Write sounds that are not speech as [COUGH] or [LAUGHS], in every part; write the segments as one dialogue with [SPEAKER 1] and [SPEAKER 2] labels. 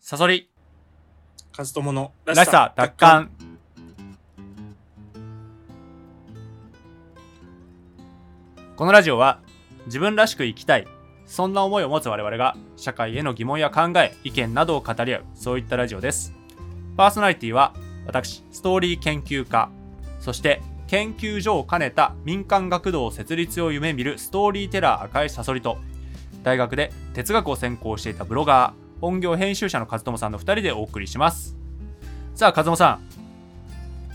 [SPEAKER 1] サソリ、
[SPEAKER 2] カズトモの
[SPEAKER 1] らしさ、奪還。このラジオは、自分らしく生きたい、そんな思いを持つ我々が、社会への疑問や考え、意見などを語り合う、そういったラジオです。パーソナリティは、私、ストーリー研究家、そして、研究所を兼ねた民間学童設立を夢見るストーリーテラー赤いサソリと、大学で哲学を専攻していたブロガー本業編集者の和友さんの2人でお送りしますさあ和友さん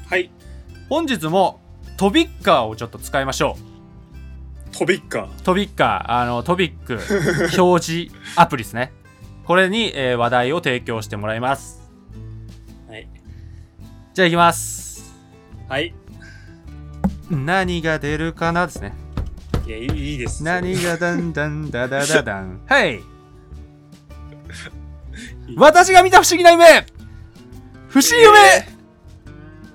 [SPEAKER 2] はい。
[SPEAKER 1] 本日もトビッカーをちょっと使いましょ
[SPEAKER 2] トビッカー。
[SPEAKER 1] うトビッカーあのトビック表示アプリですね [LAUGHS] これに、えー話題を提供してもらいます
[SPEAKER 2] はい。
[SPEAKER 1] じゃあいきます
[SPEAKER 2] はい。
[SPEAKER 1] 何が出るかなですね
[SPEAKER 2] いや、いいいいです。
[SPEAKER 1] 何がだんだんだだだだん [LAUGHS] はい
[SPEAKER 2] いい
[SPEAKER 1] 私が見た不思議な夢不思議夢、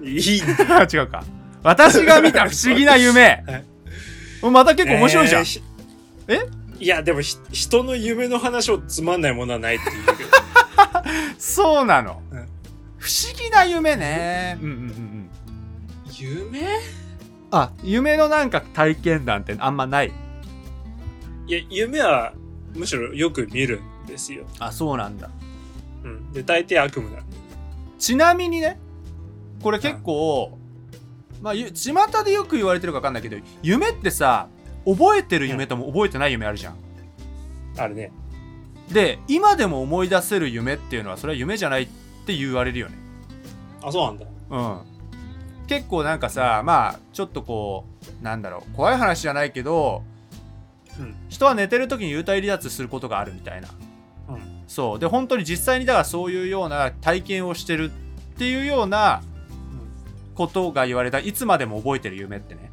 [SPEAKER 2] いい。
[SPEAKER 1] あ [LAUGHS] 違うか私が見た不思議な夢 [LAUGHS]
[SPEAKER 2] はい
[SPEAKER 1] また結構面白いじゃん、
[SPEAKER 2] [LAUGHS] えーひ
[SPEAKER 1] え
[SPEAKER 2] いや、でもひ、人の夢の話をつまんないものはないっていうけど。
[SPEAKER 1] そうなの、
[SPEAKER 2] うん
[SPEAKER 1] 不思議な夢ねうんうんうんうん
[SPEAKER 2] 夢
[SPEAKER 1] あ夢のなんか体験談ってあんまない
[SPEAKER 2] いや、夢は、むしろよく見るんですよ。
[SPEAKER 1] あそうなんだ
[SPEAKER 2] うん。で、大抵悪夢だ。
[SPEAKER 1] ちなみにねこれ結構、まあゆ巷でよく言われてるか分かんないけど夢ってさ覚えてる夢とも覚えてない夢あるじゃん
[SPEAKER 2] あれね。
[SPEAKER 1] で今でも思い出せる夢っていうのはそれは夢じゃないって言われるよね
[SPEAKER 2] あ、そうなんだ。
[SPEAKER 1] うん、結構なんかさまあちょっとこうなんだろう怖い話じゃないけど
[SPEAKER 2] うん。
[SPEAKER 1] 人は寝てる時に幽体離脱することがあるみたいな、
[SPEAKER 2] うん
[SPEAKER 1] そうで本当に実際にだからそういうような体験をしてるっていうようなことが言われたいつまでも覚えてる夢ってね、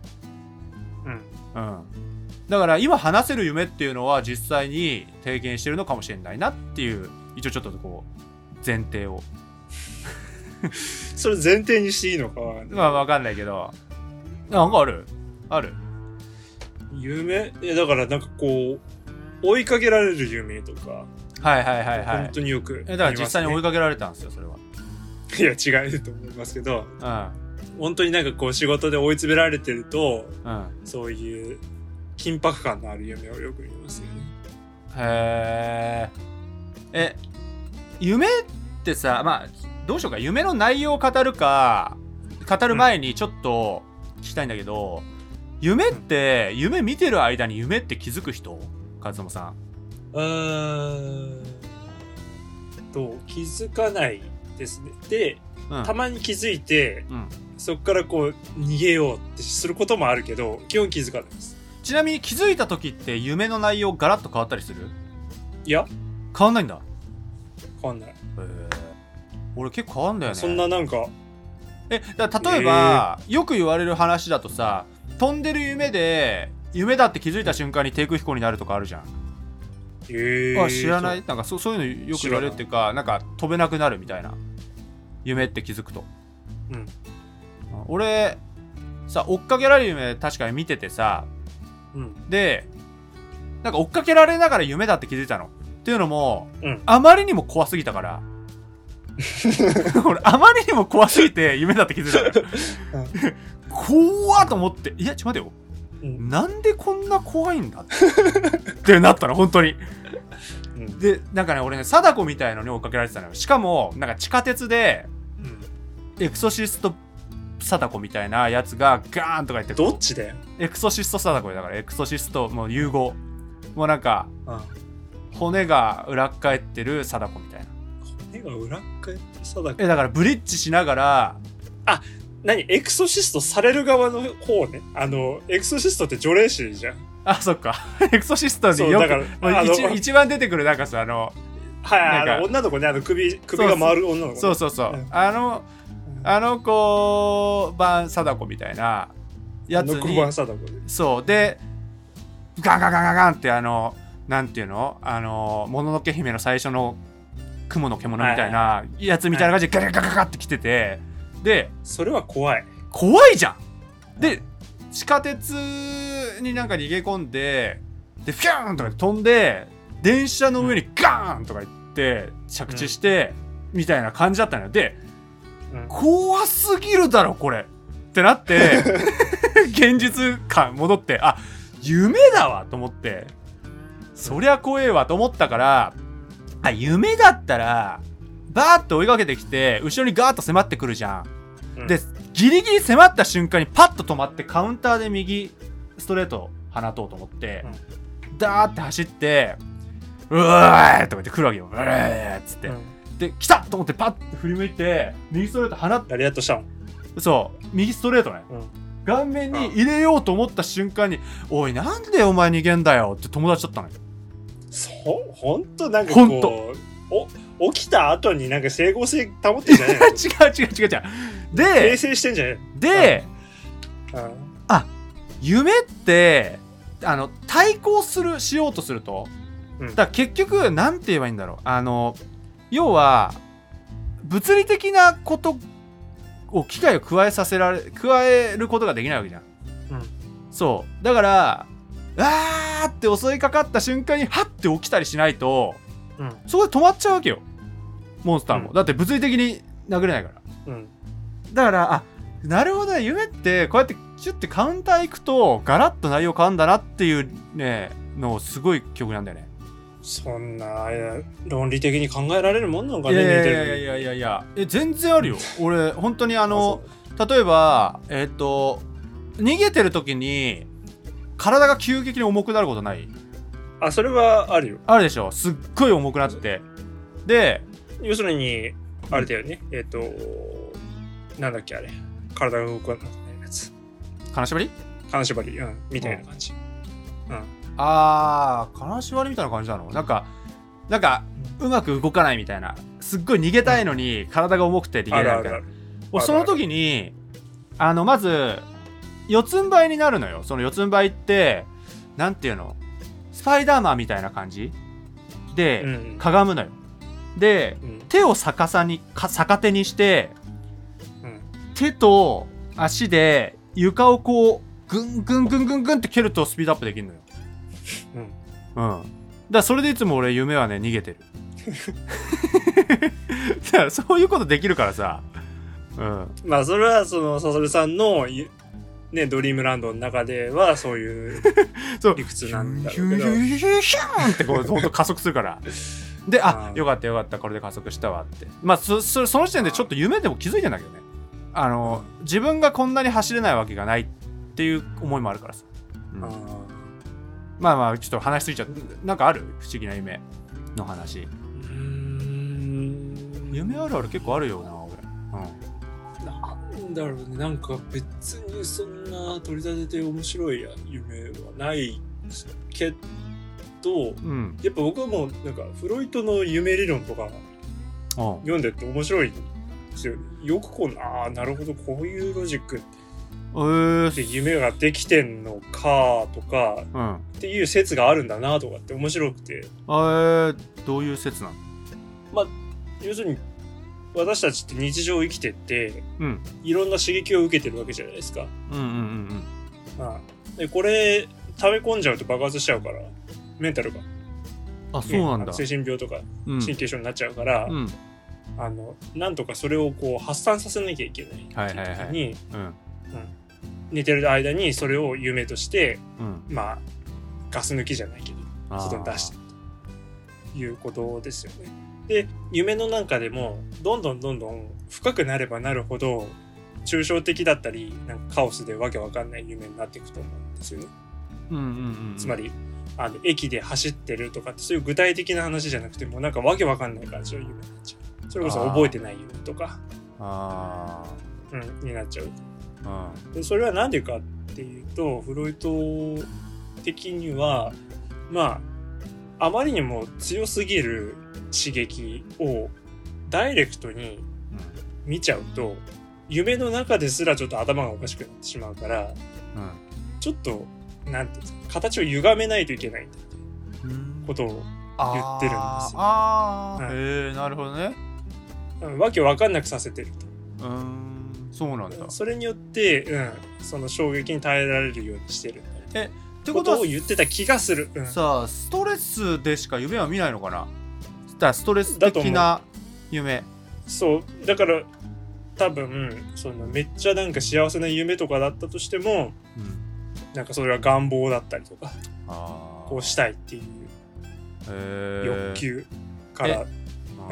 [SPEAKER 2] うん。
[SPEAKER 1] うん、だから今話せる夢っていうのは実際に提言してるのかもしれないなっていう一応ちょっとこう前提を
[SPEAKER 2] それ前提にしていいのかは、
[SPEAKER 1] まあわかんないけどなんかあるある
[SPEAKER 2] 夢いや、だからなんかこう、追いかけられる夢とか、
[SPEAKER 1] はいはいはいはい
[SPEAKER 2] 本当によく、
[SPEAKER 1] えだから実際に追い
[SPEAKER 2] い
[SPEAKER 1] かけられたんですよそれは
[SPEAKER 2] かいや、違うと思いますけど、
[SPEAKER 1] う
[SPEAKER 2] 本当になんかこう仕事で追い詰められてると、
[SPEAKER 1] んうん
[SPEAKER 2] そういう緊迫感のある夢をよく見ますよね。
[SPEAKER 1] へーえ夢ってさまあどうしようか夢の内容を語るか語る前にちょっと聞きたいんだけど、夢って夢見てる間に夢って気づく人和友さん
[SPEAKER 2] うーん。と、気づかないですね。で、
[SPEAKER 1] うん
[SPEAKER 2] たまに気づいて、
[SPEAKER 1] うん
[SPEAKER 2] そこからこう、逃げようってすることもあるけど、基本気づかないです。
[SPEAKER 1] ちなみに気づいた時って夢の内容ガラッと変わったりする
[SPEAKER 2] いや、
[SPEAKER 1] 変わんないんだ
[SPEAKER 2] 変わんない。
[SPEAKER 1] へー俺結構変わんだよね
[SPEAKER 2] そんななんか、
[SPEAKER 1] えだから例えば、よく言われる話だとさ飛んでる夢で夢だって気づいた瞬間に低空飛行になるとかあるじゃん、
[SPEAKER 2] えー
[SPEAKER 1] あ知らないなんかそうそういうのよく言われるっていうかなんか飛べなくなるみたいな夢って気づくと、
[SPEAKER 2] うん
[SPEAKER 1] 俺さ追っかけられる夢確かに見ててさ
[SPEAKER 2] うん。
[SPEAKER 1] でなんか追っかけられながら夢だって気づいたのっていうのも、
[SPEAKER 2] うん
[SPEAKER 1] あまりにも怖すぎたから [LAUGHS] 俺あまりにも怖すぎて夢だって気づいたの怖っと思っていやちょっと待てよ
[SPEAKER 2] うん。
[SPEAKER 1] なんでこんな怖いんだってってなったの本当に
[SPEAKER 2] うん。
[SPEAKER 1] でなんかね俺ね貞子みたいのに追っかけられてたのよしかもなんか地下鉄で
[SPEAKER 2] うん
[SPEAKER 1] エクソシスト貞子みたいなやつがガーンとか言って
[SPEAKER 2] どっちだよ。
[SPEAKER 1] エクソシスト貞子だからエクソシストもう融合もうなんか
[SPEAKER 2] うん。
[SPEAKER 1] 骨が裏っ返ってる貞子みたいな
[SPEAKER 2] 目が裏っ返ってさだ
[SPEAKER 1] えだからブリッジしながら
[SPEAKER 2] 何エクソシストされる側の方ね。あの、エクソシストって除霊師じゃん。
[SPEAKER 1] あそっか [LAUGHS] エクソシスト
[SPEAKER 2] そ
[SPEAKER 1] に
[SPEAKER 2] う、
[SPEAKER 1] よ
[SPEAKER 2] だ
[SPEAKER 1] く
[SPEAKER 2] から、
[SPEAKER 1] も
[SPEAKER 2] あ
[SPEAKER 1] う
[SPEAKER 2] の、
[SPEAKER 1] 一一番出てくるなんかさあの
[SPEAKER 2] はい、
[SPEAKER 1] な
[SPEAKER 2] あ
[SPEAKER 1] ん
[SPEAKER 2] の
[SPEAKER 1] か
[SPEAKER 2] 女の子ね、あの首、首が回る女の子ね。
[SPEAKER 1] そうそうそう、
[SPEAKER 2] うん
[SPEAKER 1] あの
[SPEAKER 2] うん
[SPEAKER 1] あの子版貞子みたいなやつ
[SPEAKER 2] ノック
[SPEAKER 1] に
[SPEAKER 2] バンサーだこれ。
[SPEAKER 1] そうでガンガンガンガンガンってあのなんていうのあのもののけ姫の最初の雲の獣みたいなやつみたいな感じでガガガガガって来ててで
[SPEAKER 2] それは怖い。
[SPEAKER 1] 怖いじゃんで地下鉄になんか逃げ込んででフィューンとか飛んで電車の上にガーンとか行って着地して、みたいな感じだったのよで
[SPEAKER 2] うん
[SPEAKER 1] 怖すぎるだろこれってなって
[SPEAKER 2] [LAUGHS]
[SPEAKER 1] 現実感戻ってあ夢だわと思ってそりゃ怖えわと思ったからあ夢だったらバーッと追いかけてきて後ろにガーッと迫ってくるじゃん
[SPEAKER 2] うん
[SPEAKER 1] でギリギリ迫った瞬間にパッと止まってカウンターで右ストレート放とうと思って、ダーって走って「うわーい!」とか言って来るわけよ「うわーい!」っつって、
[SPEAKER 2] うん
[SPEAKER 1] で来たと思ってパッと振り向いて右ストレート放っ
[SPEAKER 2] 誰だとしたの
[SPEAKER 1] そう右ストレートね、
[SPEAKER 2] うん
[SPEAKER 1] 顔面に入れようと思った瞬間に「おいなんでお前逃げんだよ」って友達だったのよ [LAUGHS]
[SPEAKER 2] そうほんとなんか
[SPEAKER 1] ほん
[SPEAKER 2] こうお起きた後になんか整合性保ってんじゃない
[SPEAKER 1] [LAUGHS]
[SPEAKER 2] の
[SPEAKER 1] 違う違う違う違う
[SPEAKER 2] 訂
[SPEAKER 1] で
[SPEAKER 2] 正してんじゃない
[SPEAKER 1] で、
[SPEAKER 2] の
[SPEAKER 1] 夢ってあの対抗するしようとすると、
[SPEAKER 2] うん
[SPEAKER 1] だから結局なんて言えばいいんだろうあの要は物理的なことを機会を加えさせられ加えることができないわけじゃん、
[SPEAKER 2] うん
[SPEAKER 1] そうだからわーって襲いかかった瞬間にハッて起きたりしないと
[SPEAKER 2] うん
[SPEAKER 1] そこで止まっちゃうわけよモンスターも、
[SPEAKER 2] うん
[SPEAKER 1] だって物理的に殴れないから
[SPEAKER 2] うん
[SPEAKER 1] だからあなるほどね夢ってこうやってキュッてカウンター行くとガラッと内容変わるんだなっていうねのすごい曲なんだよね。
[SPEAKER 2] そんないや論理的に考えられるもんなんか
[SPEAKER 1] い
[SPEAKER 2] ね
[SPEAKER 1] やい
[SPEAKER 2] 似
[SPEAKER 1] や
[SPEAKER 2] て
[SPEAKER 1] い
[SPEAKER 2] る
[SPEAKER 1] やいやいやいやえ全然あるよ。俺本当にあ
[SPEAKER 2] あ
[SPEAKER 1] の例えばえっ、と逃げてる時に体が急激に重くなることない
[SPEAKER 2] あそれはあるよ
[SPEAKER 1] あるでしょすっごい重くなってで
[SPEAKER 2] 要するにあれだよね、えっ、となんだっけあれ体が動かなくなるやつ
[SPEAKER 1] 金縛り
[SPEAKER 2] 金縛り、うん、みたいな感じ、
[SPEAKER 1] あー金縛りみたいな感じなのなんかなんかうまく動かないみたいなすっごい逃げたいのに体が重くて逃げない
[SPEAKER 2] あ
[SPEAKER 1] みたい
[SPEAKER 2] るあ
[SPEAKER 1] な
[SPEAKER 2] るある
[SPEAKER 1] もうその時にあのまず四つん這いになるのよその四つん這いってなんていうのスパイダーマンみたいな感じで、
[SPEAKER 2] うん
[SPEAKER 1] かがむのよで
[SPEAKER 2] うん
[SPEAKER 1] 手を逆さにか逆手にして
[SPEAKER 2] うん
[SPEAKER 1] 手と足で床をこうぐんぐんぐんぐんぐんって蹴るとスピードアップできるのよ
[SPEAKER 2] うん
[SPEAKER 1] うんだからそれでいつも俺夢はね逃げてる [LAUGHS] だからそういうことできるからさうん
[SPEAKER 2] まあそれはそのさそるさんのゆねドリームランドの中ではそういう
[SPEAKER 1] [LAUGHS] そう
[SPEAKER 2] 理屈なんだ
[SPEAKER 1] ヒ
[SPEAKER 2] ろ
[SPEAKER 1] ュ
[SPEAKER 2] う
[SPEAKER 1] ー
[SPEAKER 2] け
[SPEAKER 1] ヒ
[SPEAKER 2] ど
[SPEAKER 1] ューヒューヒューヒューンってこうほんと加速するからであ
[SPEAKER 2] うん
[SPEAKER 1] よかったよかったこれで加速したわってまあそそその時点でちょっと夢でも気づいてんだけどねあの自分がこんなに走れないわけがないっていう思いもあるからさ、うん
[SPEAKER 2] あ
[SPEAKER 1] まあまあちょっと話しすぎちゃったなんかある不思議な夢の話
[SPEAKER 2] ーうーん
[SPEAKER 1] 夢あるある結構あるよな俺、うん、
[SPEAKER 2] なんだろうねなんか別にそんな取り立てて面白い夢はないけ
[SPEAKER 1] う
[SPEAKER 2] ど
[SPEAKER 1] ん
[SPEAKER 2] やっぱ僕はもうなんかフロイトの夢理論とか
[SPEAKER 1] うん
[SPEAKER 2] 読んでって面白いんですよよくこうなあーなるほどこういうロジックっ
[SPEAKER 1] えー
[SPEAKER 2] て夢ができてんのかとか
[SPEAKER 1] うん
[SPEAKER 2] っていう説があるんだなとかって面白くて
[SPEAKER 1] えー、どういう説なの
[SPEAKER 2] 要するに私たちって日常生きてって
[SPEAKER 1] うん
[SPEAKER 2] いろんな刺激を受けてるわけじゃないですか。
[SPEAKER 1] うんうんうん
[SPEAKER 2] うんでこれ溜め込んじゃうと爆発しちゃうからメンタルが、ね
[SPEAKER 1] うんあそうなんだ
[SPEAKER 2] 精神病とか
[SPEAKER 1] うん
[SPEAKER 2] 神経症になっちゃうから、
[SPEAKER 1] うん
[SPEAKER 2] あのなんとかそれをこう発散させなきゃいけないっていう時に、
[SPEAKER 1] はいはいはいうん
[SPEAKER 2] 寝てる間にそれを夢として
[SPEAKER 1] うん
[SPEAKER 2] まあガス抜きじゃないけど
[SPEAKER 1] あー
[SPEAKER 2] 外に出してということですよね。で夢の中でもどんどんどんどん深くなればなるほど抽象的だったりなんかカオスでわけわかんない夢になっていくと思うんですよね。
[SPEAKER 1] うんうんうん、
[SPEAKER 2] つまりあの駅で走ってるとかってそういう具体的な話じゃなくてもうなんかわけわかんない感じの夢になっちゃうそれこそ
[SPEAKER 1] あー
[SPEAKER 2] 覚えてない夢とか、
[SPEAKER 1] あ
[SPEAKER 2] うん、になっちゃう
[SPEAKER 1] あ
[SPEAKER 2] でそれは何でかっていうとフロイト的にはまああまりにも強すぎる刺激をダイレクトに
[SPEAKER 1] う
[SPEAKER 2] 見ちゃうと夢の中ですらちょっと頭がおかしくなってしまうから
[SPEAKER 1] ん
[SPEAKER 2] ちょっとなんていうんですか形を歪めないといけないって
[SPEAKER 1] うん
[SPEAKER 2] ことを言ってるんですよ
[SPEAKER 1] あーあー、
[SPEAKER 2] はい
[SPEAKER 1] へえなるほどね
[SPEAKER 2] うんわけわかんなくさせてる
[SPEAKER 1] うーんそうなんだ
[SPEAKER 2] と
[SPEAKER 1] っ
[SPEAKER 2] それによって、うん、その衝撃に耐えられるようにしてるって
[SPEAKER 1] てこ
[SPEAKER 2] こと
[SPEAKER 1] は
[SPEAKER 2] とを言ってた気がする、うん、
[SPEAKER 1] さあストレスでしか夢は見ないのかなスだからストレス的な夢
[SPEAKER 2] そうだから多分そのめっちゃなんか幸せな夢とかだったとしても
[SPEAKER 1] うん
[SPEAKER 2] なんかそれは願望だったりとか
[SPEAKER 1] あー
[SPEAKER 2] こうしたいっていう
[SPEAKER 1] へー
[SPEAKER 2] 欲求から、
[SPEAKER 1] あ
[SPEAKER 2] ま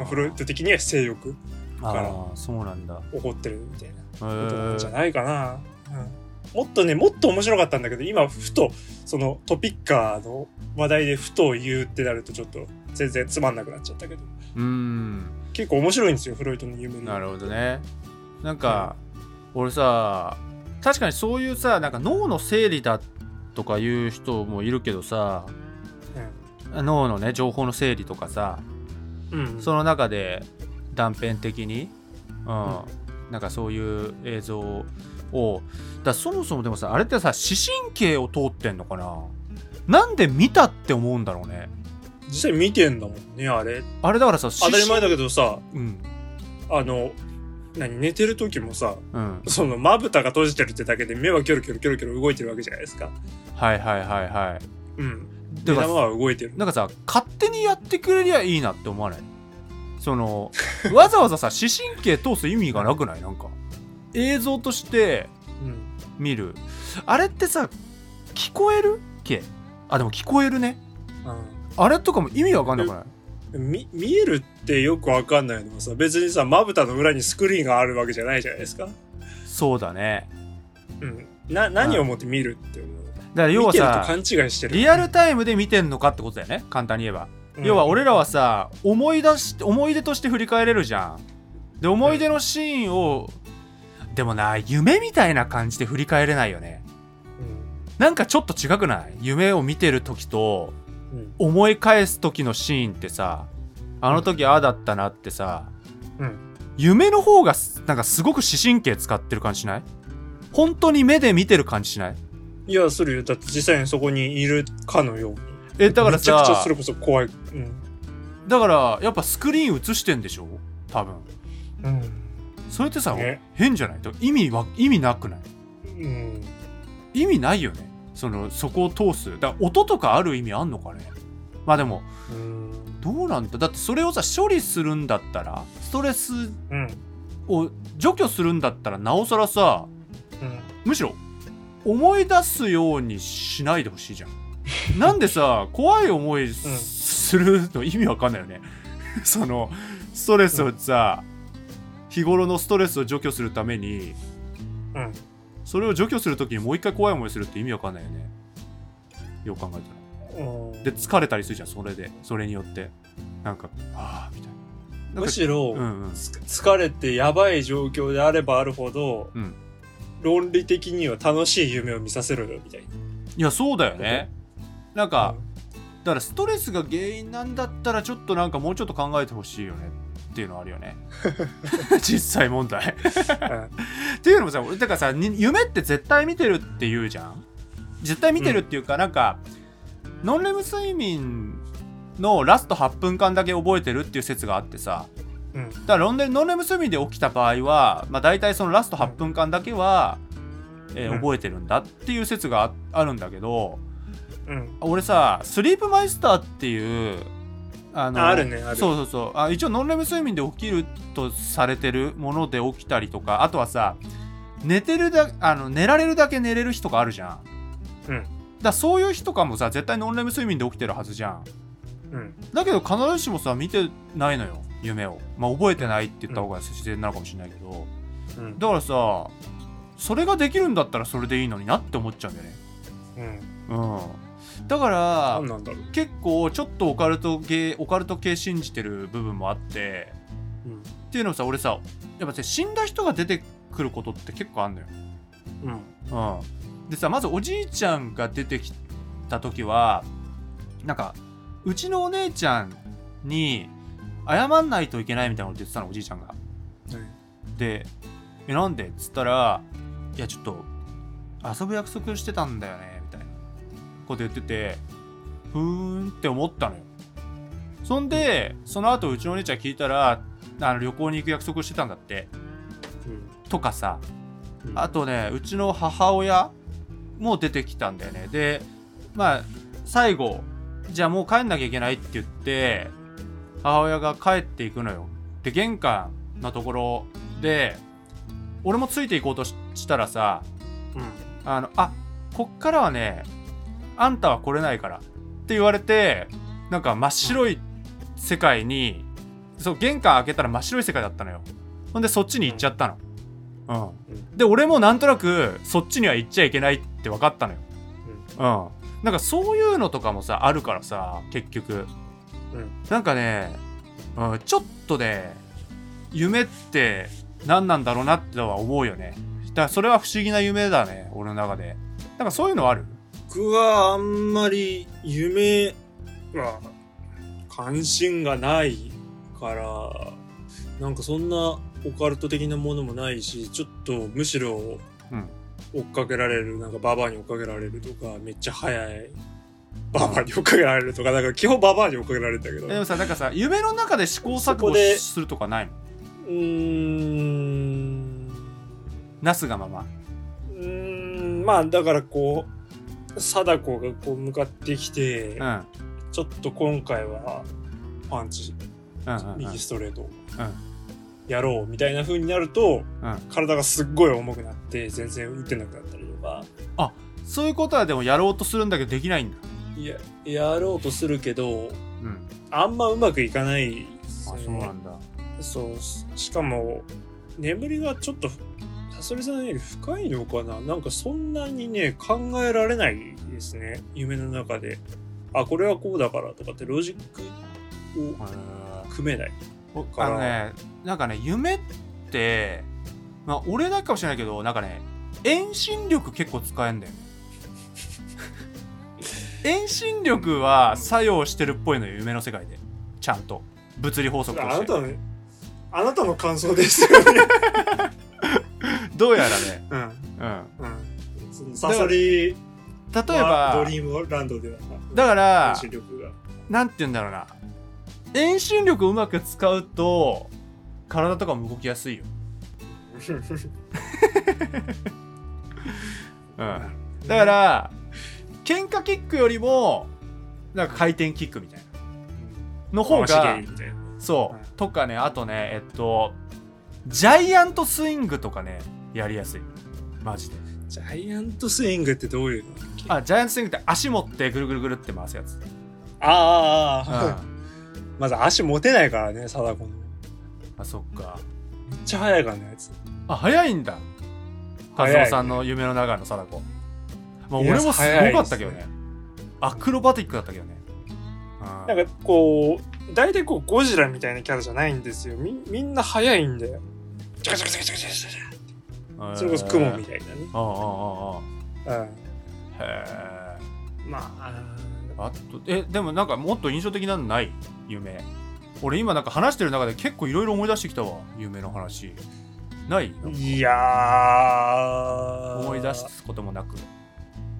[SPEAKER 2] あ
[SPEAKER 1] ー
[SPEAKER 2] フロイト的には性欲から
[SPEAKER 1] あーそうなんだ
[SPEAKER 2] 起こってるみたい
[SPEAKER 1] へ
[SPEAKER 2] なことなんじゃ
[SPEAKER 1] ー
[SPEAKER 2] ないかな、うん、もっとねもっと面白かったんだけど今ふとそのトピッカーの話題でふと言うってなるとちょっと全然つまんなくなっちゃったけど
[SPEAKER 1] うん
[SPEAKER 2] 結構面白いんですよフロイトの夢の
[SPEAKER 1] なるほどねなんか、俺さ確かにそういうさなんか脳の整理だとかいう人もいるけどさ脳のね情報の整理とかさ
[SPEAKER 2] うん、うん、
[SPEAKER 1] その中で断片的に、うん
[SPEAKER 2] うん
[SPEAKER 1] なんかそういう映像をだそもそもでもさあれってさ視神経を通ってんのかななんで見たって思うんだろうね
[SPEAKER 2] 実際見てんだもんねあれ
[SPEAKER 1] あれだからさ視
[SPEAKER 2] 当
[SPEAKER 1] 神
[SPEAKER 2] たり前だけどさ
[SPEAKER 1] うん
[SPEAKER 2] あの何寝てる時もさ
[SPEAKER 1] うん
[SPEAKER 2] そのまぶたが閉じてるってだけで目はキョロキョロキョロキョロ動いてるわけじゃないですか
[SPEAKER 1] はいはいはいは
[SPEAKER 2] うん
[SPEAKER 1] い
[SPEAKER 2] 目
[SPEAKER 1] で
[SPEAKER 2] 玉
[SPEAKER 1] も
[SPEAKER 2] は動いてる
[SPEAKER 1] なんかさ勝手にやってくれりゃいいなって思わないその [LAUGHS] わざわざさ視神経通す意味がなくないなんか映像として
[SPEAKER 2] うん
[SPEAKER 1] 見るあれってさ聞こえるけあでも聞こえるねあれとかも意味わかんなくない
[SPEAKER 2] うんみ見えるってよくわかんないのもさ別にさまぶたの裏にスクリーンがあるわけじゃないじゃないですか
[SPEAKER 1] そうだね
[SPEAKER 2] うんな何をもって見るって思う
[SPEAKER 1] だから要は
[SPEAKER 2] 見て
[SPEAKER 1] さ
[SPEAKER 2] ると勘違いしてる
[SPEAKER 1] リアルタイムで見てんのかってことだよね簡単に言えば、要は俺らはさ思い出し思い出として振り返れるじゃんで思い出のシーンを、でもな夢みたいな感じで振り返れないよね
[SPEAKER 2] うん
[SPEAKER 1] なんかちょっと違くない夢を見てる時と
[SPEAKER 2] うん
[SPEAKER 1] 思い返す時のシーンってさあの時ああだったなってさ、
[SPEAKER 2] うん
[SPEAKER 1] 夢の方がすなんかすごく視神経使ってる感じしない本当に目で見てる感じしない
[SPEAKER 2] いやするよだって実際にそこにいるかのように
[SPEAKER 1] えだから
[SPEAKER 2] めちゃくちゃ
[SPEAKER 1] さ
[SPEAKER 2] それこそ怖いうん、
[SPEAKER 1] だからやっぱスクリーン映してんでしょ多分
[SPEAKER 2] うん
[SPEAKER 1] それってさ、
[SPEAKER 2] ね
[SPEAKER 1] 変じゃないと意味は意味なくない
[SPEAKER 2] うん、
[SPEAKER 1] 意味ないよねそのそこを通すだから音とかある意味あんのかねまあでも
[SPEAKER 2] うん
[SPEAKER 1] どうなんだだってそれをさ処理するんだったらストレス
[SPEAKER 2] うん
[SPEAKER 1] を除去するんだったらなおさらさ
[SPEAKER 2] うん
[SPEAKER 1] むしろ思い出すようにしないでほしいじゃんなんでさ怖い思いするの意味わかんないよね [LAUGHS] そのストレスをさ、日頃のストレスを除去するために
[SPEAKER 2] うん
[SPEAKER 1] それを除去するときにもう一回怖い思いするって意味わかんないよねよく考えたら
[SPEAKER 2] うん
[SPEAKER 1] で疲れたりするじゃんそれでそれによってなんかああみたいななん
[SPEAKER 2] む
[SPEAKER 1] か
[SPEAKER 2] しろ、
[SPEAKER 1] うんうん
[SPEAKER 2] つ疲れてやばい状況であればあるほど、
[SPEAKER 1] うん
[SPEAKER 2] 論理的には楽しい夢を見させろよみたい
[SPEAKER 1] いやそうだよねなん
[SPEAKER 2] な。
[SPEAKER 1] か、だからストレスが原因なんだったらちょっとなんかもうちょっと考えてほしいよねっていうのはあるよね [LAUGHS] 実際問題っていうのもさ俺だからさに夢って絶対見てるって言うじゃん絶対見てるっていうか、なんかノンレム睡眠のラスト8分間だけ覚えてるっていう説があってさ
[SPEAKER 2] うんうん
[SPEAKER 1] だからノンレノンレム睡眠で起きた場合は、まあ、大体そのラスト8分間だけは、えー
[SPEAKER 2] うん
[SPEAKER 1] 覚えてるんだっていう説がああるんだけど、
[SPEAKER 2] うん
[SPEAKER 1] 俺さスリープマイスターっていうあ
[SPEAKER 2] ああるねある
[SPEAKER 1] そうそうそうあ一応ノンレム睡眠で起きるとされてるもので起きたりとかあとはさ寝てるだあの寝られるだけ寝れる日とかあるじゃん
[SPEAKER 2] うん
[SPEAKER 1] だそういう日とかもさ絶対ノンレム睡眠で起きてるはずじゃん
[SPEAKER 2] うん
[SPEAKER 1] だけど必ずしもさ見てないのよ夢をまあ覚えてないって言った方が自然なのかもしれないけど
[SPEAKER 2] うん
[SPEAKER 1] だからさそれができるんだったらそれでいいのになって思っちゃうんだよね
[SPEAKER 2] うん
[SPEAKER 1] うんだから
[SPEAKER 2] 何なんだろう、
[SPEAKER 1] 結構ちょっとオカルト系オカルト系信じてる部分もあって
[SPEAKER 2] うん
[SPEAKER 1] っていうのもさ俺さやっぱさ死んだ人が出てくることって結構あんのよ、
[SPEAKER 2] うん
[SPEAKER 1] うん、でさまずおじいちゃんが出てきた時はなんかうちのお姉ちゃんに謝んないといけないみたいなこと言ってたのおじいちゃんがで「えなんで?」っつったら「いやちょっと遊ぶ約束してたんだよね」みたいなこと言っててふーんって思ったのよそんでその後うちのお姉ちゃん聞いたらあの旅行に行く約束してたんだってとかさ
[SPEAKER 2] うん
[SPEAKER 1] あとねうちの母親も出てきたんだよねでまあ最後じゃあもう帰んなきゃいけないって言って母親が帰っていくのよで玄関のところで俺もついていこうとししたらさ
[SPEAKER 2] うん
[SPEAKER 1] あのあこっからはねあんたは来れないからって言われてなんか真っ白い世界にそう玄関開けたら真っ白い世界だったのよほんでそっちに行っちゃったのう
[SPEAKER 2] うん
[SPEAKER 1] で俺もなんとなくそっちには行っちゃいけないって分かったのようんなんかそういうのとかもさあるからさ結局
[SPEAKER 2] うん
[SPEAKER 1] なんかね、うん、ちょっとね夢って何なんだろうなってのは思うよねだからそれは不思議な夢だね俺の中でなんかそういうのある
[SPEAKER 2] 僕はあんまり夢は関心がないからなんかそんなオカルト的なものもないしちょっとむしろ
[SPEAKER 1] うん
[SPEAKER 2] 追っかけられるなんかババアに追っかけられるとかめっちゃ早いババアに追っかけられるとかだから基本ババアに追っかけられてたけど
[SPEAKER 1] でもさなんかさ夢の中で試行錯
[SPEAKER 2] そこ
[SPEAKER 1] 誤
[SPEAKER 2] です
[SPEAKER 1] るとかないの
[SPEAKER 2] うーん
[SPEAKER 1] なすがまま
[SPEAKER 2] うーんまあだからこう貞子がこう向かってきて、
[SPEAKER 1] うん
[SPEAKER 2] ちょっと今回はパンチ
[SPEAKER 1] うんうんうん
[SPEAKER 2] 右ストレートを
[SPEAKER 1] うん
[SPEAKER 2] やろうみたいな風になると、
[SPEAKER 1] うん
[SPEAKER 2] 体がすっごい重くなって全然打てなくなったりとか
[SPEAKER 1] そういうことはでもやろうとするんだけどできないんだ
[SPEAKER 2] いややろうとするけ
[SPEAKER 1] う
[SPEAKER 2] ど
[SPEAKER 1] ん
[SPEAKER 2] あんまうまくいかない
[SPEAKER 1] あそうなんだ
[SPEAKER 2] そうししかも眠りがちょっとサソリさんのより深いのかななんかそんなにね考えられないですね夢の中であこれはこうだからとかってロジックを
[SPEAKER 1] へー
[SPEAKER 2] 組めない
[SPEAKER 1] 僕あのねなんかね夢って、まあ、俺だけかもしれないけどなんかね遠心力結構使えんだよね
[SPEAKER 2] [LAUGHS]
[SPEAKER 1] 遠心力は作用してるっぽいのよ夢の世界でちゃんと物理法則と
[SPEAKER 2] あ
[SPEAKER 1] し
[SPEAKER 2] な
[SPEAKER 1] て
[SPEAKER 2] たのあなたの感想ですよね。
[SPEAKER 1] どうやらね、
[SPEAKER 2] うん
[SPEAKER 1] うん、
[SPEAKER 2] うん。そのサソリ
[SPEAKER 1] 例え
[SPEAKER 2] はド
[SPEAKER 1] ば
[SPEAKER 2] リームランドでは
[SPEAKER 1] だ
[SPEAKER 2] か
[SPEAKER 1] から
[SPEAKER 2] 遠心力が。
[SPEAKER 1] なんて言うんだろうな遠心力をうまく使うと体とかも動きやすい
[SPEAKER 2] [LAUGHS]
[SPEAKER 1] よ、うん、だか、ら喧嘩キックよりもなんか回転キックみたいなの方
[SPEAKER 2] 方が
[SPEAKER 1] が。
[SPEAKER 2] みたいな
[SPEAKER 1] そう、
[SPEAKER 2] うん
[SPEAKER 1] とかねあとねえっとジャイアントスイングとかねやりやすいマジで
[SPEAKER 2] ジャイアントスイングってどういうのあ
[SPEAKER 1] あジャイアントスイングって足持ってぐるぐるぐるって回すやつ、うん
[SPEAKER 2] あー、あーあ
[SPEAKER 1] あ
[SPEAKER 2] ーまず足持てないからね、貞子の。
[SPEAKER 1] そっか
[SPEAKER 2] めっちゃ速いからね、あいつ。
[SPEAKER 1] あ早いんだ和
[SPEAKER 2] 早い
[SPEAKER 1] 夫さんの夢の中の貞子、まあ、
[SPEAKER 2] いや
[SPEAKER 1] 俺もすごかったけどね
[SPEAKER 2] 早いです
[SPEAKER 1] アクロバティックだったけどね、うん
[SPEAKER 2] なんかこう、大体こう、ゴジラみたいなキャラじゃないんですよ。みみんな速いんだよ。チャカチャカチャカチャカチャカチャカ
[SPEAKER 1] うん
[SPEAKER 2] それこそ雲みたいなね。
[SPEAKER 1] ああああああ
[SPEAKER 2] うん。
[SPEAKER 1] へえ
[SPEAKER 2] まあ、
[SPEAKER 1] あとえでもなんかもっと印象的なのない夢俺今なんか話してる中で結構いろいろ思い出してきたわ夢の話ない
[SPEAKER 2] いやー
[SPEAKER 1] 思い出すこともなく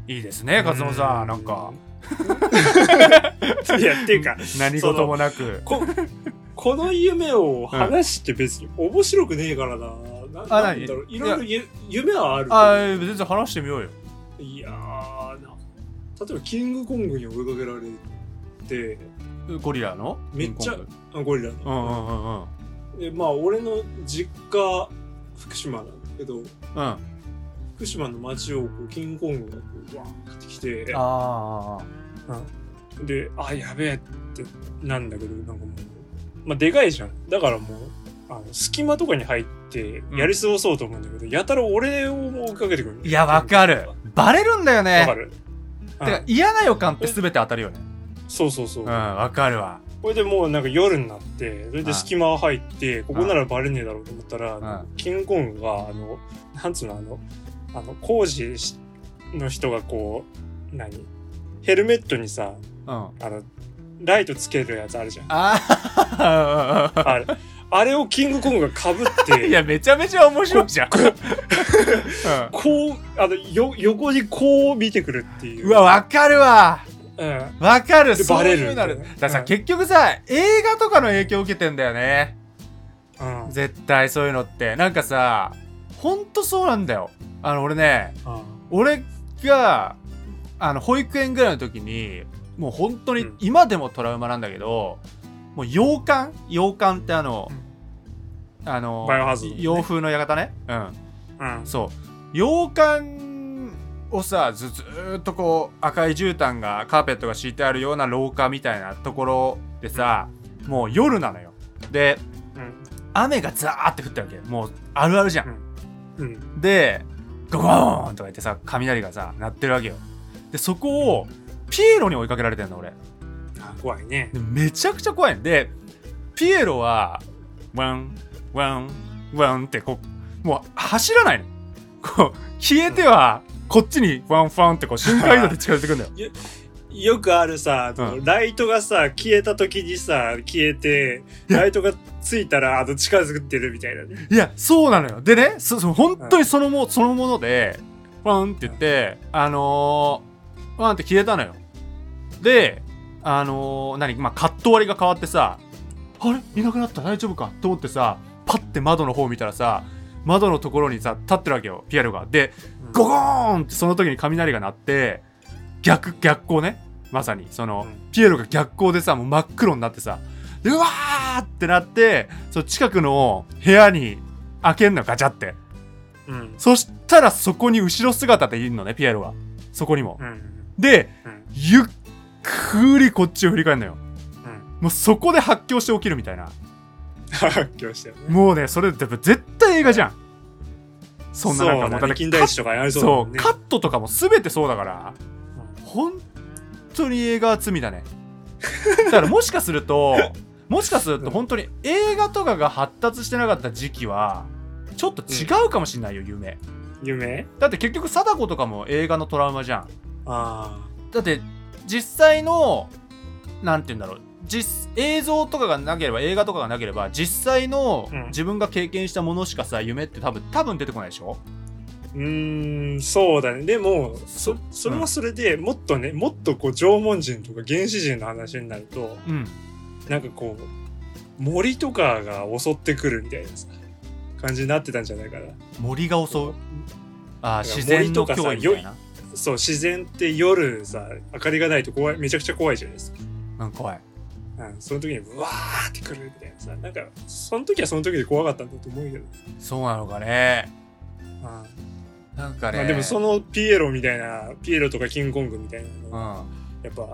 [SPEAKER 1] いいですね勝野さんなんか。
[SPEAKER 2] うーん [LAUGHS] いや、っていうか、
[SPEAKER 1] 何事もなく
[SPEAKER 2] こ、この夢を話して別に面白くねえからな。な
[SPEAKER 1] あ
[SPEAKER 2] なんだろう。
[SPEAKER 1] 何
[SPEAKER 2] いろいろゆ夢はある
[SPEAKER 1] あー全然話してみようよ
[SPEAKER 2] けど。いやーな。例えば、キングコングに追いかけられて、
[SPEAKER 1] ゴリラの
[SPEAKER 2] めっちゃ
[SPEAKER 1] キング
[SPEAKER 2] あゴリラの。
[SPEAKER 1] コングうんうんうんうん
[SPEAKER 2] でまあ、俺の実家、福島なんだけど、
[SPEAKER 1] うんあ
[SPEAKER 2] 福島の街をこうキングコングがこうわーって来て、
[SPEAKER 1] あ
[SPEAKER 2] で、あ、やべえってなんだけど、なんかもう、まあ、でかいじゃん。だからもう、あの隙間とかに入って、やり過ごそうと思うんだけど、やたら俺を追いかけてくる。
[SPEAKER 1] いやわかるバレるんだよ
[SPEAKER 2] わか
[SPEAKER 1] ね
[SPEAKER 2] る。
[SPEAKER 1] てか
[SPEAKER 2] うん
[SPEAKER 1] 嫌な予感って全て当たるよね
[SPEAKER 2] そうそうそうう。
[SPEAKER 1] んわかるわ
[SPEAKER 2] これでもうなんか夜になって、それ
[SPEAKER 1] うん
[SPEAKER 2] で隙間入って、ここならバレねえだろうと思ったら、
[SPEAKER 1] ん
[SPEAKER 2] キングコングが、あの、なんつうの、あの、あの工事しの人がこう、何ヘルメットにさ、
[SPEAKER 1] うんあ
[SPEAKER 2] あの、ライトつけるやつあるじゃん。
[SPEAKER 1] あ
[SPEAKER 2] あれ、あれをキングコングがかぶっ
[SPEAKER 1] [LAUGHS]
[SPEAKER 2] て、
[SPEAKER 1] いや、めちゃめちゃ面白いじゃん。う
[SPEAKER 2] こう、あの、よ、横にこう見てくるっていう。
[SPEAKER 1] んうわ、わかるわ。
[SPEAKER 2] うん。
[SPEAKER 1] わかる。
[SPEAKER 2] で
[SPEAKER 1] そういう
[SPEAKER 2] バレる
[SPEAKER 1] なる。だ
[SPEAKER 2] みたいな
[SPEAKER 1] からさ、
[SPEAKER 2] うん
[SPEAKER 1] 結局さ、映画とかの影響を受けてんだよね。
[SPEAKER 2] うん。うん。
[SPEAKER 1] 絶対そういうのって。なんかさ、ほんとそうなんだよ。あの、俺ね、俺が、あの、保育園ぐらいの時に、もう本当に
[SPEAKER 2] うん
[SPEAKER 1] 今でもトラウマなんだけど、もう洋館洋館ってあの、あの
[SPEAKER 2] バイオハザードね
[SPEAKER 1] 洋風の館ねうん
[SPEAKER 2] うん
[SPEAKER 1] そう洋館をさずずーっとこう赤い絨毯がカーペットが敷いてあるような廊下みたいなところでさもう夜なのよで
[SPEAKER 2] うん
[SPEAKER 1] 雨がザーって降ってるわけもうあるあるじゃん
[SPEAKER 2] うん
[SPEAKER 1] でゴゴーンとか言ってさ雷がさ鳴ってるわけよでそこをピエロに追いかけられてんの俺
[SPEAKER 2] あ怖いね
[SPEAKER 1] でめちゃくちゃ怖いんでピエロはワンワンワンってこうもう走らないのこう消えてはこっちにワンファンってこう瞬間移動で近づいてくんだよ
[SPEAKER 2] よくあるさあの
[SPEAKER 1] うん
[SPEAKER 2] ライトがさ消えた時にさ消えてライトがついたらあの近づってるみたいなね
[SPEAKER 1] いやそうなのよでねそそ本当にそのもそのものでワンって言ってあのー、ワンって消えたのよであのー、何まあカット割りが変わってさあれいなくなった大丈夫かと思ってさパッて窓の方見たらさ窓のところにさ立ってるわけよピエロがで
[SPEAKER 2] うん
[SPEAKER 1] ゴゴーンってその時に雷が鳴って逆逆光ねまさにその、
[SPEAKER 2] うん
[SPEAKER 1] ピエロが逆光でさもう真っ黒になってさでうわーってなってその近くの部屋に開けんのガチャって
[SPEAKER 2] うん
[SPEAKER 1] そしたらそこに後ろ姿でいるのねピエロはそこにも
[SPEAKER 2] う、ん
[SPEAKER 1] で
[SPEAKER 2] うん
[SPEAKER 1] ゆっくりこっちを振り返るのよ
[SPEAKER 2] うん
[SPEAKER 1] もうそこで発狂して起きるみたいな
[SPEAKER 2] 発狂したよね
[SPEAKER 1] もうねそれって絶対映画じゃんそんな
[SPEAKER 2] そ
[SPEAKER 1] 中も
[SPEAKER 2] うだ
[SPEAKER 1] だ
[SPEAKER 2] ね
[SPEAKER 1] って
[SPEAKER 2] 金田一とかやりそうだ
[SPEAKER 1] そ
[SPEAKER 2] もん
[SPEAKER 1] う
[SPEAKER 2] ね
[SPEAKER 1] カットとかも全てそうだから本当に映画は罪だねだからもしかする [LAUGHS] ともしかすると本当に映画とかが発達してなかった時期はちょっと違うかもしんないよ、夢
[SPEAKER 2] うん夢
[SPEAKER 1] だって結局貞子とかも映画のトラウマじゃん
[SPEAKER 2] あ
[SPEAKER 1] だって実際のなんて言うんだろう実映像とかがなければ映画とかがなければ実際の
[SPEAKER 2] うん
[SPEAKER 1] 自分が経験したものしかさ夢って多分多分出てこないでしょ
[SPEAKER 2] あうーんそうだねでもそそれはそれでもっとねもっとこう縄文人とか原始人の話になると
[SPEAKER 1] うん
[SPEAKER 2] なんかこう森とかが襲ってくるみたいなさ感じになってたんじゃないかな
[SPEAKER 1] 森が襲うあー
[SPEAKER 2] いや
[SPEAKER 1] 自然の
[SPEAKER 2] 森とかさ
[SPEAKER 1] 脅威みたいな
[SPEAKER 2] そう自然って夜さ明かりがないと怖いめちゃくちゃ怖いじゃないですか、
[SPEAKER 1] うん怖い
[SPEAKER 2] うん、その時にうわーってくるみたいなさなんかその時はその時で怖かったんだと思うけど、
[SPEAKER 1] そうなのかね
[SPEAKER 2] うんま
[SPEAKER 1] なんかね、
[SPEAKER 2] あ、でもそのピエロみたいなピエロとかキングコングみたいなのは
[SPEAKER 1] う
[SPEAKER 2] やっぱ
[SPEAKER 1] ん、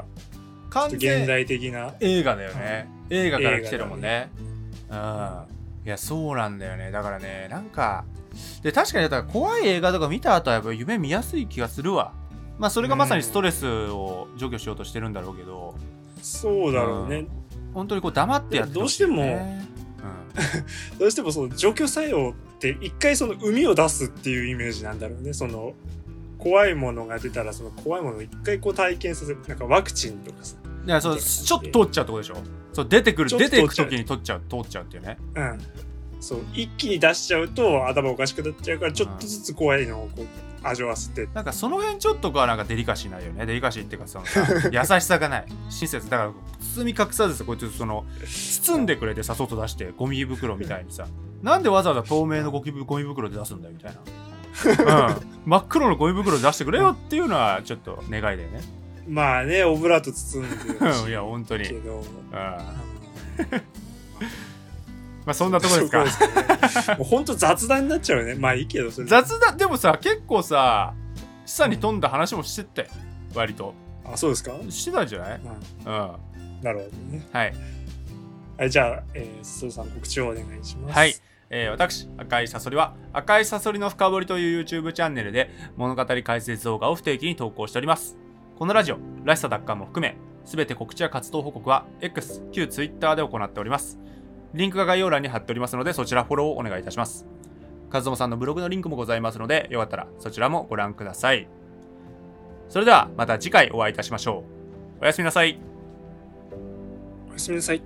[SPEAKER 1] 完
[SPEAKER 2] ちょっと
[SPEAKER 1] 全
[SPEAKER 2] 現代的な
[SPEAKER 1] 映画だよね、映画から来てるもんね
[SPEAKER 2] だね
[SPEAKER 1] うんいやそうなんだよねだからねなんかで確かにだから怖い映画とか見た後はやっぱ夢見やすい気がするわまあそれがまさにストレスを除去しようとしてるんだろうけど
[SPEAKER 2] そうだろうね、
[SPEAKER 1] 本当にこう黙ってやってほしいよね
[SPEAKER 2] どうしてもその除去作用って一回その海を出すっていうイメージなんだろうねその怖いものが出たらその怖いものを一回こう体験させるなんかワクチンとかさ、
[SPEAKER 1] うんいや
[SPEAKER 2] [LAUGHS]
[SPEAKER 1] そうちょっと通っちゃうってことでしょそう出てくる
[SPEAKER 2] ちょっと
[SPEAKER 1] 出
[SPEAKER 2] 通っち
[SPEAKER 1] て
[SPEAKER 2] ゃ
[SPEAKER 1] いうく時に取っちゃう通っちゃうっていうね
[SPEAKER 2] うん、そう一気に出しちゃうと頭おかしくなっちゃうからちょっとずつ怖いのをこう味わわせて
[SPEAKER 1] なんかその辺ちょっとがなんかデリカシーないよねデリカシーっていうかその
[SPEAKER 2] [LAUGHS]
[SPEAKER 1] さ優しさがない親切だから包み隠さずさこいつその包んでくれてさ外出してゴミ袋みたいにさなんでわざわざ透明のゴキブゴミ袋で出すんだよみたいな、うん、真っ黒のゴミ袋で出してくれよっていうのはちょっと願いだよね
[SPEAKER 2] まあねオブラート包んでほし
[SPEAKER 1] うんい [LAUGHS] や本当に、
[SPEAKER 2] いうけ
[SPEAKER 1] ん、
[SPEAKER 2] ど
[SPEAKER 1] まあそんなとこ
[SPEAKER 2] そ
[SPEAKER 1] で
[SPEAKER 2] う
[SPEAKER 1] すか
[SPEAKER 2] ですか、ね、もうほんと雑談になっちゃうよねまあいいけどそれ
[SPEAKER 1] 雑談でもさ結構さ示唆に富んだ話もしてったよ割と
[SPEAKER 2] あそうですか、うん、
[SPEAKER 1] してたんじゃないうんは
[SPEAKER 2] なるほどね
[SPEAKER 1] い
[SPEAKER 2] はいじゃあ、えー、須藤さん告知をお願いします
[SPEAKER 1] はいえー私、赤いサソリは、赤いサソリの深掘りという YouTube チャンネルで物語解説動画を不定期に投稿しております。このラジオ、らしさ奪還も含め、すべて告知や活動報告は X、旧 Twitter で行っております。リンクが概要欄に貼っておりますので、そちらフォローをお願いいたします。カズモさんのブログのリンクもございますので、よかったらそちらもご覧ください。それでは、また次回お会いいたしましょう。おやすみなさい。
[SPEAKER 2] おやすみなさい